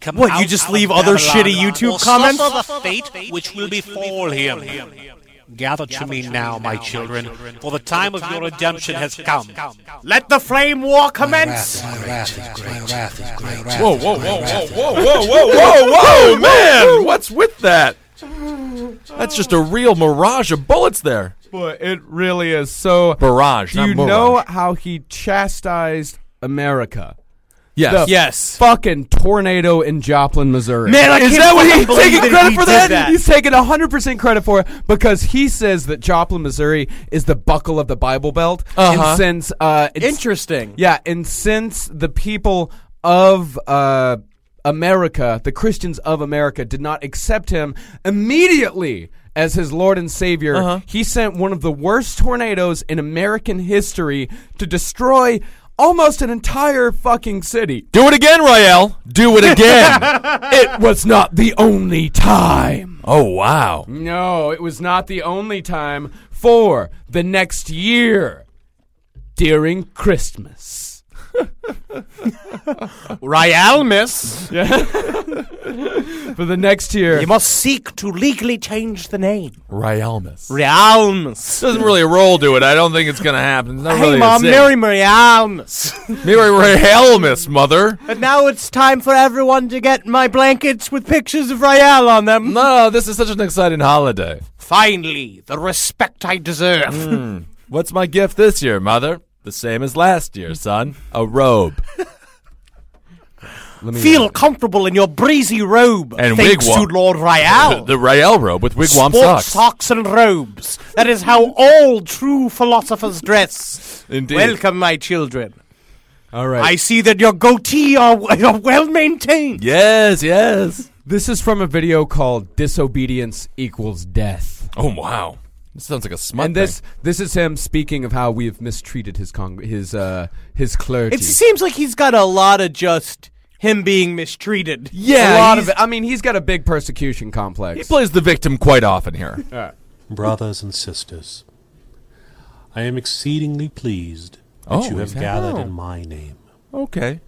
Come What, you out just of leave other Babylon shitty YouTube or comments? Suffer the fate which will befall him. Gather to me now, my children, for the time of your redemption has come. Let the flame war commence. Whoa, whoa, whoa, whoa, whoa, whoa, whoa, Oh, whoa, whoa, man! What's with that? That's just a real mirage of bullets there. Boy, it really is. So, Barrage, do not you mirage. know how he chastised America? Yes. The Yes. Fucking tornado in Joplin, Missouri. Man, I Is can't that what fucking he's believe taking that credit he for did that? He's taking 100% credit for it because he says that Joplin, Missouri is the buckle of the Bible Belt. And since, uh, it's- Uh-huh. Interesting. Yeah, and since the people of uh, America, the Christians of America, did not accept him immediately as his Lord and Savior, Uh-huh. he sent one of the worst tornadoes in American history to destroy almost an entire fucking city. Do it again, Rael. Do it (laughs) again. It was not the only time. oh wow. No, it was not the only time for the next year during Christmas. Royale, miss. For the next year, You must seek to legally change the name. Rialmas. Realms. Doesn't really roll to it. I don't think it's gonna happen. It's not Hey, really a Mom, zing. marry Marialms. Mary Rialmas, mother. But now it's time for everyone to get my blankets with pictures of Royale on them. No, this is such an exciting holiday. Finally, the respect I deserve. Hmm. What's my gift this year, mother? The same as last year, son. A robe. Feel comfortable in your breezy robe. And thanks wigwam. to Lord (laughs) Royale. The Rael robe with wigwam Sports socks. socks and robes. That is how all true philosophers dress. Indeed. Welcome, my children. all right. I see that your goatee are, (laughs) are well maintained. Yes, yes. This is from a video called "Disobedience Equals Death," Oh wow. This sounds like a smut and this this is him speaking of how we have mistreated his cong- his uh his clergy. It seems like he's got a lot of just him being mistreated. yeah, a lot he's- of it. I mean, he's got a big persecution He complex. plays the victim quite often (laughs) here. Brothers and sisters, I am exceedingly pleased that Oh, you have is that- gathered oh. in my name. okay.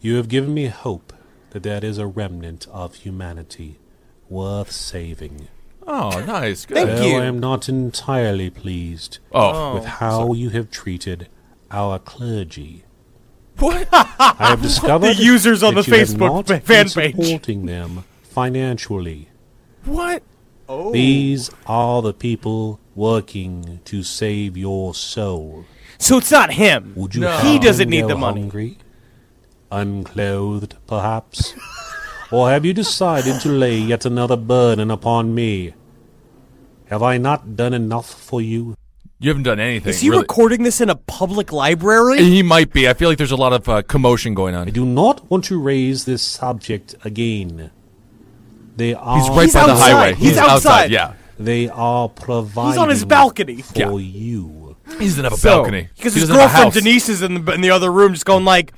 You have given me hope that there is a remnant of humanity worth saving. Oh, nice. Good. Thank Though you. I am not entirely pleased Oh. with how you have treated our clergy. What? I (laughs) have discovered The users on that the you have Facebook not pa- been fan page. supporting them financially. What? Oh. These are the people working to save your soul. So it's not him. Would you? No. have He doesn't them need the go money. Hungry, unclothed, (laughs) perhaps, or have you decided to lay yet another burden upon me? Have I not done enough for you? You haven't done anything. Is he really. recording this in a public library? He might be. I feel like there's a lot of uh, commotion going I on. do not want to raise this subject again. They are. He's right He's by the outside. highway. He's outside. Yeah. They are providing. He's on his balcony. for Yeah. you. He doesn't have a So, balcony. Because He his doesn't have a girlfriend house. Denise is in the, in the other room just going like,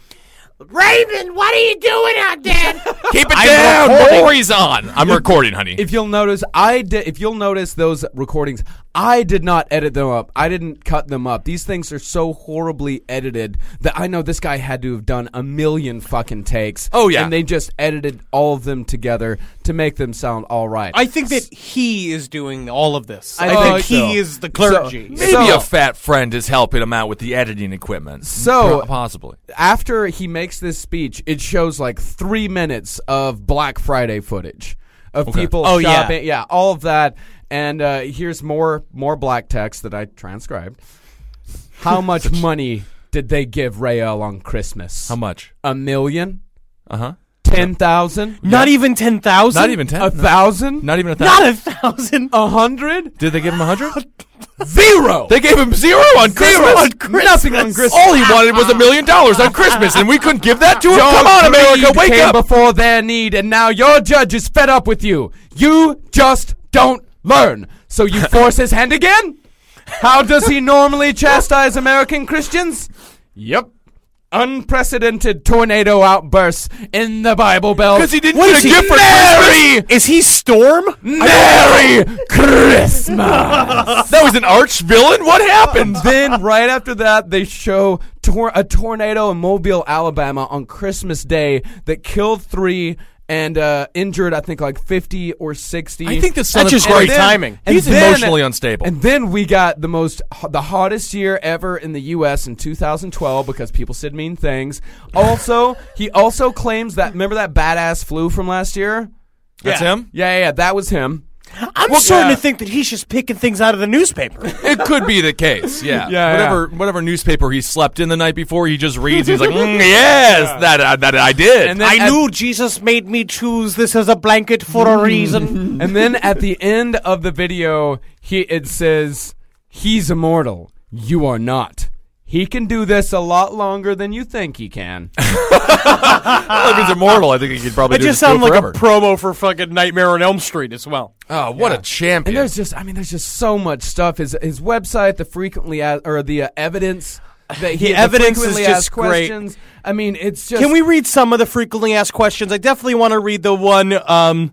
Raven, what are you doing out there? Keep it I'm down. recording. Rory's on. I'm recording, honey. if you'll notice, I di- if you'll notice those recordings, I did not edit them up. I didn't cut them up. These things are so horribly edited that I know this guy had to have done a million fucking takes. Oh, yeah. and they just edited all of them together to make them sound all right. (laughs) I think that he is doing all of this. I, Oh, think I he see. is the clergy. So- Maybe So- a fat friend is helping him out with the editing equipment. So- Po- possibly. after he makes this speech, it shows like three minutes of Black Friday footage of people Oh, yeah. shopping. Yeah. all of that. And uh, here's more more black text that I transcribed. (laughs) How much money did they give Rael on Christmas? How much? A million? Uh huh. Ten thousand? Not even 10,000? Not even ten. A thousand? Not even a thousand. Not a thousand. A hundred? Did they give him a hundred? Zero! They gave him zero on Christmas. on Christmas. Nothing on Christmas. All he wanted was a million dollars on Christmas, and we couldn't give that to him. Your Come on, America, greed wake came up! before their need, and now your judge is fed up with you. You just don't learn. (laughs) So you force his hand again? How does he normally chastise American Christians? Yep. Unprecedented tornado outbursts in the Bible Belt. Because he didn't What get is a he- gift for Christmas. Is he Storm? Merry Christmas. that was an arch villain. What happened? (laughs) then right after that, they show tor- a tornado in Mobile, Alabama, on Christmas Day that killed three and uh, injured, I think, like fifty or sixty. I think the son That's of just Mary- great timing. and He's then- emotionally unstable. And then we got the most, the hottest year ever in the U.S. in 2012 because people said mean things. (laughs) Also, he also claims that remember that badass flu from last year. That's him. Yeah, yeah, yeah that was him. I'm starting to think that he's just picking things out of (laughs) the newspaper. It could be the case. (laughs) Yeah. Yeah, Whatever. Whatever newspaper he slept in the night before, he just reads. He's like, (laughs) "Mm, yes, that uh, that I did. And then I at- knew Jesus made me choose this as a blanket (laughs) for a reason. (laughs) And then at the end of the video, he it says, "He's immortal. You are not. He can do this a lot longer than you think he can." Well, if he's immortal, I think he could probably It do just this sounded go like forever. a promo for fucking Nightmare on Elm Street as well. oh, what a champion! And there's just, I mean, there's just so much stuff. His his website, the frequently asked, or the uh, evidence that he The the evidence is frequently just asked great. questions. I mean, it's just. Can we read some of the frequently asked questions? I definitely want to read the one. Um,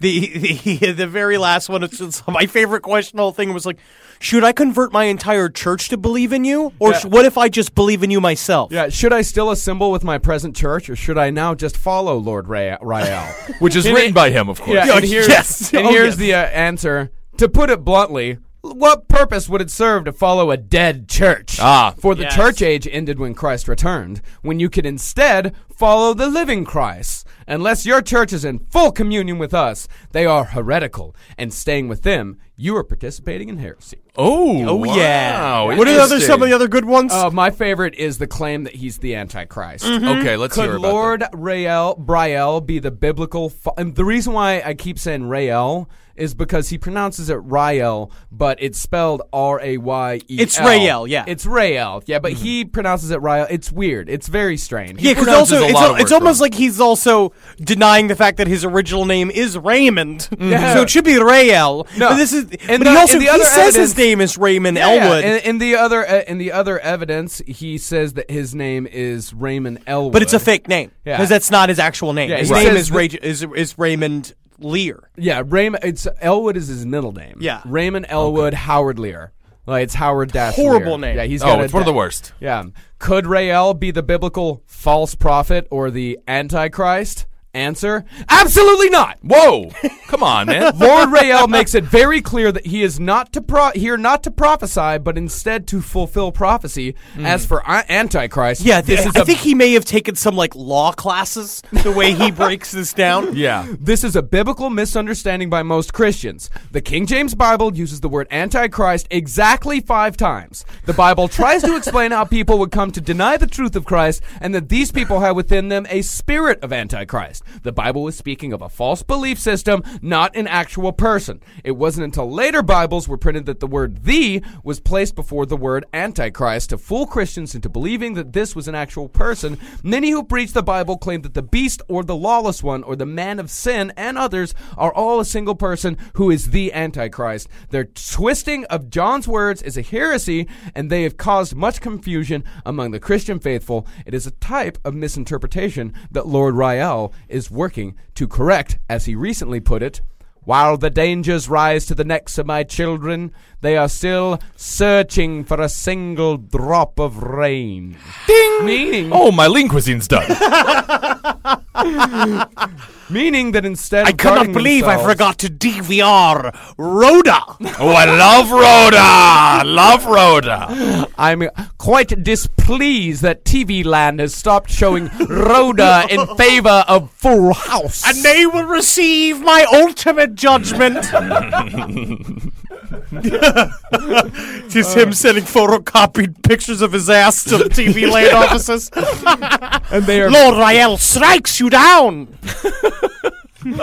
the the, (laughs) the very last one. It's, it's my favorite question. The whole thing was like, should I convert my entire church to believe in you, or sh- what if I just believe in you myself? Yeah, should I still assemble with my present church, or should I now just follow Lord Ra- Rael? which is written by him, of course. Yeah, and here's, (laughs) yes. and Oh, here's yes. the uh, answer. To put it bluntly, what purpose would it serve to follow a dead church? Ah. For the Yes. church age ended when Christ returned, when you could instead follow the living Christ. Unless your church is in full communion with us, they are heretical, and staying with them, you are participating in heresy. Oh, Oh wow. yeah. What are the other some of the other good ones? Uh, my favorite is the claim that he's the Antichrist. Okay, let's hear Could about Hmm. Lord Rael Briel be the biblical? Fa- and the reason why I keep saying Rael is because he pronounces it Rael, but it's spelled R A Y E. It's Rael, yeah. Mm-hmm. It's Rael, yeah. But he pronounces it Rael. It's weird. It's very strange. yeah, because pronounces also a it's, lot al- of it's words almost wrong. like he's also denying the fact that his original name is Raymond, Yeah. so it should be Rael. No. But this is, And but the- he also and the other he says evidence- his name is Raymond Yeah, yeah. Elwood, In, in the other, uh, in the other evidence, he says that his name is Raymond Elwood. but it's a fake name Yeah. because that's not his actual name. Yeah, his he name says is, Ray- is is Raymond Lear. Yeah, Raymond. It's Elwood is his middle name. Yeah. Raymond Elwood Howard Lear. Like it's Howard Dash. Horrible Lear. name. Yeah, he's Oh, got a it's one of the da- worst. Yeah. Could Rael be the biblical false prophet or the Antichrist? Answer: Absolutely not. (laughs) Whoa! Come on, man. Lord Rael makes it very clear that he is not to pro- here not to prophesy, but instead to fulfill prophecy. As for I- Antichrist, Hmm. Yeah, this I is a think he may have taken some like law classes. The way (laughs) he breaks this down. yeah. This is a biblical misunderstanding by most Christians. The King James Bible uses the word Antichrist exactly five times. The Bible tries to explain how people would come to deny the truth of Christ and that these people had within them a spirit of Antichrist. The Bible was speaking of a false belief system, not an actual person. It wasn't until later Bibles were printed that the word the was placed before the word Antichrist to fool Christians into believing that this was an actual person. Many who preach the Bible claim that the beast or the lawless one or the man of sin and others are all a single person who is the Antichrist. Their twisting of John's words is a heresy, and they have caused much confusion among the Christian faithful. It is a type of misinterpretation that Lord Rael is working to correct, as he recently put it. While the dangers rise to the necks of my children, they are still searching for a single drop of rain. Ding! Meaning, Oh, my lean cuisine's done. meaning that instead I of cannot guarding believe I themselves- forgot to DVR Rhoda. oh, I love Rhoda. Love Rhoda. I'm quite displeased that TV Land has (laughs) stopped showing Rhoda in favor of Full House. and they will receive my ultimate (laughs) judgment. Just him (laughs) sending photocopied pictures of his ass to the TV land offices. And they are Lord Rael strikes you down. and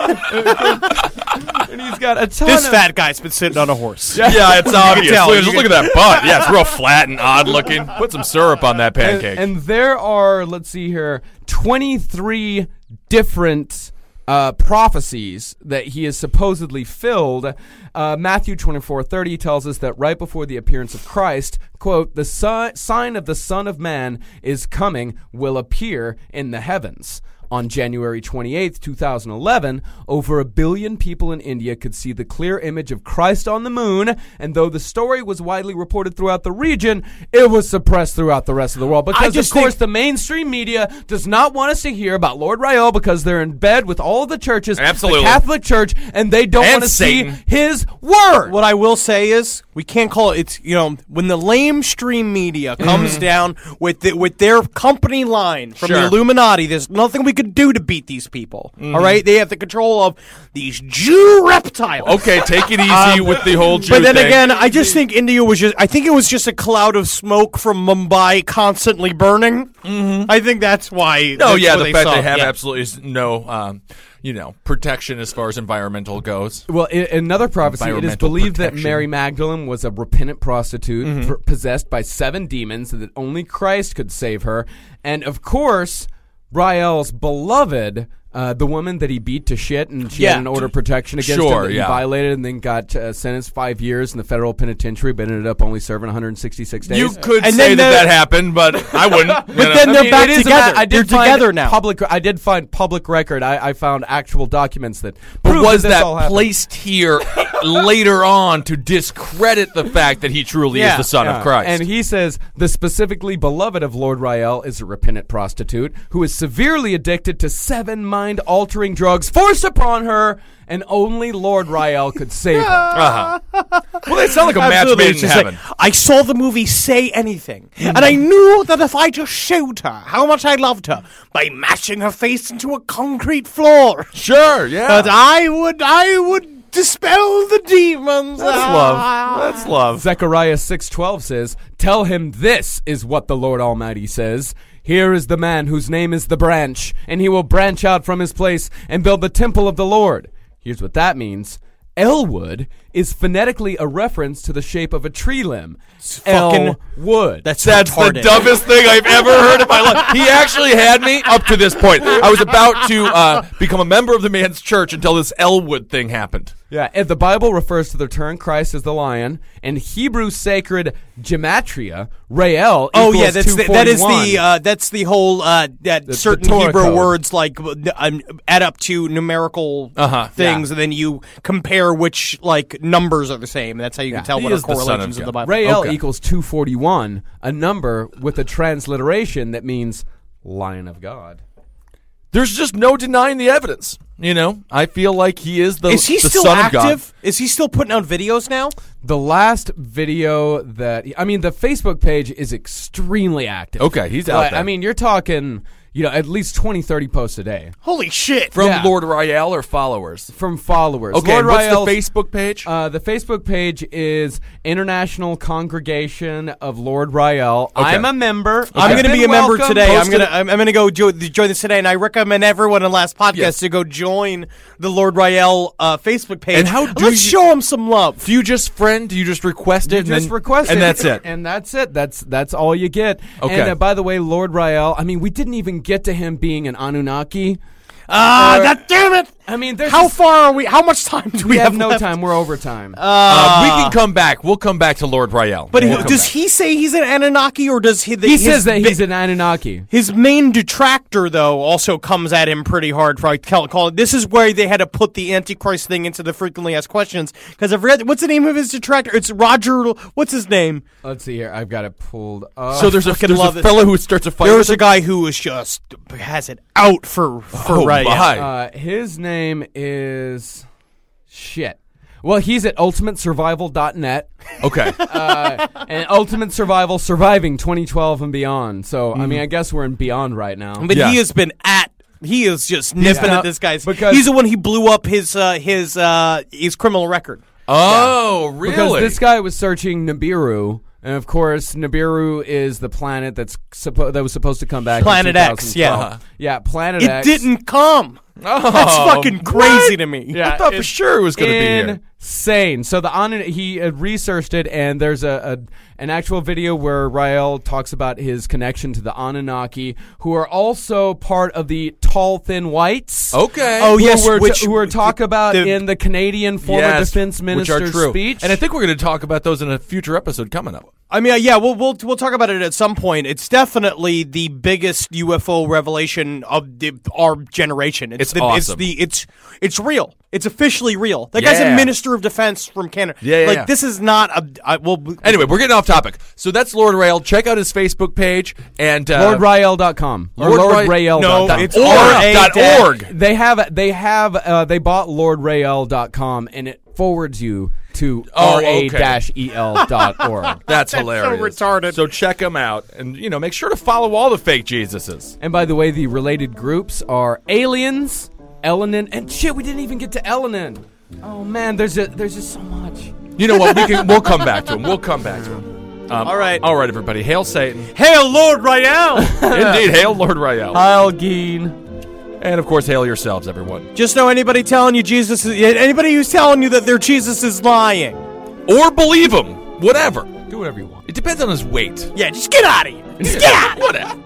he's got a ton This of fat guy's been sitting on a horse. Yeah, it's obvious. tell, Look- you just can- look at that butt. Yeah, it's real flat and odd looking. Put some syrup on that and, pancake. and there are let's see here 23 different uh, prophecies that he is supposedly filled uh, matthew 24 30 tells us that right before the appearance of christ quote the si- sign of the son of man is coming will appear in the heavens on January 28th, 2011, over a billion people in India could see the clear image of Christ on the moon, and though the story was widely reported throughout the region, it was suppressed throughout the rest of the world because just of course think- the mainstream media does not want us to hear about Lord Rael because they're in bed with all the churches, Absolutely. the Catholic Church, and they don't And want to see Satan. his word. What I will say is, we can't call it. It's you know when the lame stream media Mm-hmm. comes down with the, with their company line from Sure. Mm-hmm. the Illuminati. There's nothing we could do to beat these people. all right, they have the control of these Jew reptiles. okay, take it easy with the whole Jew But then thing. again, I just think India was just. I think it was just a cloud of smoke from Mumbai constantly burning. Mm-hmm. I think that's why. No, that's Oh, yeah, what the fact saw. they have oh, Yeah. absolutely s- no, um, you know, protection as far as environmental goes. Well, in another prophecy, it is Environmental believed that protection. Mm-hmm. Mary Magdalene was a repentant prostitute pr- possessed by seven demons and that only Christ could save her. And of course, Rael's beloved Uh, the woman that he beat to shit, and she Yeah. had an order of protection against Sure, him that he yeah. violated, and then got uh, sentenced five years in the federal penitentiary, but ended up only serving 166 days. You could And say then that they're- that happened, but I wouldn't. But then they're back it is together. about- I did They're find together now. Public. I did find public record. I, I found actual documents that. But prove was this all that happened. placed here later on to discredit the fact that he truly is Yeah, the Son Yeah. of Christ? And he says the specifically beloved of Lord Rael is a repentant prostitute who is severely addicted to seven mind altering drugs forced upon her, and only Lord Rael could save her. uh-huh. well, they sound like a match Absolutely. made It's in just heaven. Like, I saw the movie Say Anything, and I knew that if I just showed her how much I loved her by mashing her face into a concrete floor, (laughs) sure, yeah. that I would, I would dispel the demons. Ah. That's love. That's love. Zechariah 6:12 says, "Tell him this is what the Lord Almighty says: Here is the man whose name is the branch, and he will branch out from his place and build the temple of the Lord." Here's what that means. Elwood is phonetically a reference to the shape of a tree limb. fucking- Elwood. That's That's the retarded. dumbest thing I've ever heard in my life. He actually had me up to this point. I was about to uh, become a member of the man's church until this Elwood thing happened. Yeah, and the Bible refers to the term Christ as the lion, and Hebrew sacred gematria, Rael. Oh equals yeah, that's the, that is the 241. uh, that's the whole uh, that the certain Torah Hebrew code. words like uh, um, add up to numerical Uh-huh, things, and then you compare which like numbers are the same. That's how you can tell He what are is the Son of correlations of, God. the Bible. Rael Okay. equals 241, a number with a transliteration that means lion of God. There's just no denying the evidence. You know, I feel like he is the, Is he the still son of active? Is he still putting out videos now? The last video that I mean, the Facebook page is extremely active. God. Okay, he's out Like, there. I mean, you're talking, you know, at least 20, 30 posts a day Holy shit! from yeah. Lord Rael or followers? from followers. Okay, Lord what's Rael's- the Facebook page? Uh, the Facebook page is International Congregation of Lord Rael. I'm a member. I'm going going to to be a member today. I'm posted- going to I'm going to go jo- join this today, and I recommend everyone in last podcast Yes. to go join the Lord Rael uh, Facebook page. And how do Let's you- show him some love. do you just friend? Do you just request it? and just then- request and it. that's it. And that's it. That's that's all you get. Okay. And uh, by the way, Lord Rael. I mean, we didn't even get to him being an Anunnaki. Ah, god damn it! I mean, there's How just- far are we? How much time do we, we have no left? time. We're overtime. Uh, we can come back. We'll come back to Lord Rael. But We'll he- come does back. he say he's an Anunnaki, or does he? The, he his says that bi- he's an Anunnaki. His main detractor, though, also comes at him pretty hard for like, call, call This is where they had to put the Antichrist thing into the frequently asked questions because I've read what's the name of his detractor? It's Roger. What's his name? Let's see here. I've got it pulled up. So there's a, fucking there's love a it. fellow who starts a fight. There's with a guy who is just has it out for for him. oh Raya. my. uh, his name is shit. Well, he's at ultimatesurvival.net. okay. and Ultimate Survival Surviving 2012 and beyond. So, I mean, I guess we're in beyond right now. Mm-hmm. But Yeah. he has been at. He is just nipping now- at this guy's. because- he's the one he blew up his uh, his uh, his criminal record. Oh, really? Because this guy was searching Nibiru, and of course, Nibiru is the planet that's suppo- that was supposed to come back. in Planet X, 2012. yeah. yeah, Planet It X. didn't come. That's fucking crazy to me. Oh. I thought for sure it was going to be here. insane. So the on he uh, researched it, and there's a, a an actual video where Rael talks about his connection to the Anunnaki, who are also part of the Tall Thin Whites. Okay. Oh, who yes, we're, which- who we're talk about the- in the Canadian former Yes, defense which are minister's true. speech. And I think we're going to talk about those in a future episode coming up. I mean, yeah, we'll, we'll we'll talk about it at some point. It's definitely the biggest UFO revelation of the, our generation. It's the, awesome. It's the it's it's real. It's officially real. That guy's Yeah. a minister of defense from Canada. Yeah, yeah, like yeah. this is not a I, well. Anyway, we're getting off topic. So that's Lord Rail. Check out his Facebook page and uh, LordRael.com or Lord Ra- LordRael.com. No, dot it's org, R.A. dot dash- org. They have they have uh, they bought LordRael.com and it forwards you to Oh, ra okay. E (laughs) el.org. That's hilarious. retarded. So check him out, and you know, make sure to follow all the fake Jesuses. and by the way, the related groups are aliens, Elenin, and shit. We didn't even get to Elenin. Oh man, there's a, there's just so much. You know what? We can. We'll come back to him. We'll come back to him. Um, All right. all right, everybody. Hail Satan! Hail Lord (laughs) Rael! (laughs) Indeed, hail Lord Rael, Uh, Algeen. and of course, hail yourselves, everyone. Just know anybody telling you Jesus is anybody who's telling you that their Jesus is lying. Or believe him, whatever. Do whatever you want. It depends on his weight. (laughs) Yeah, just get out of here. Just get out. Whatever.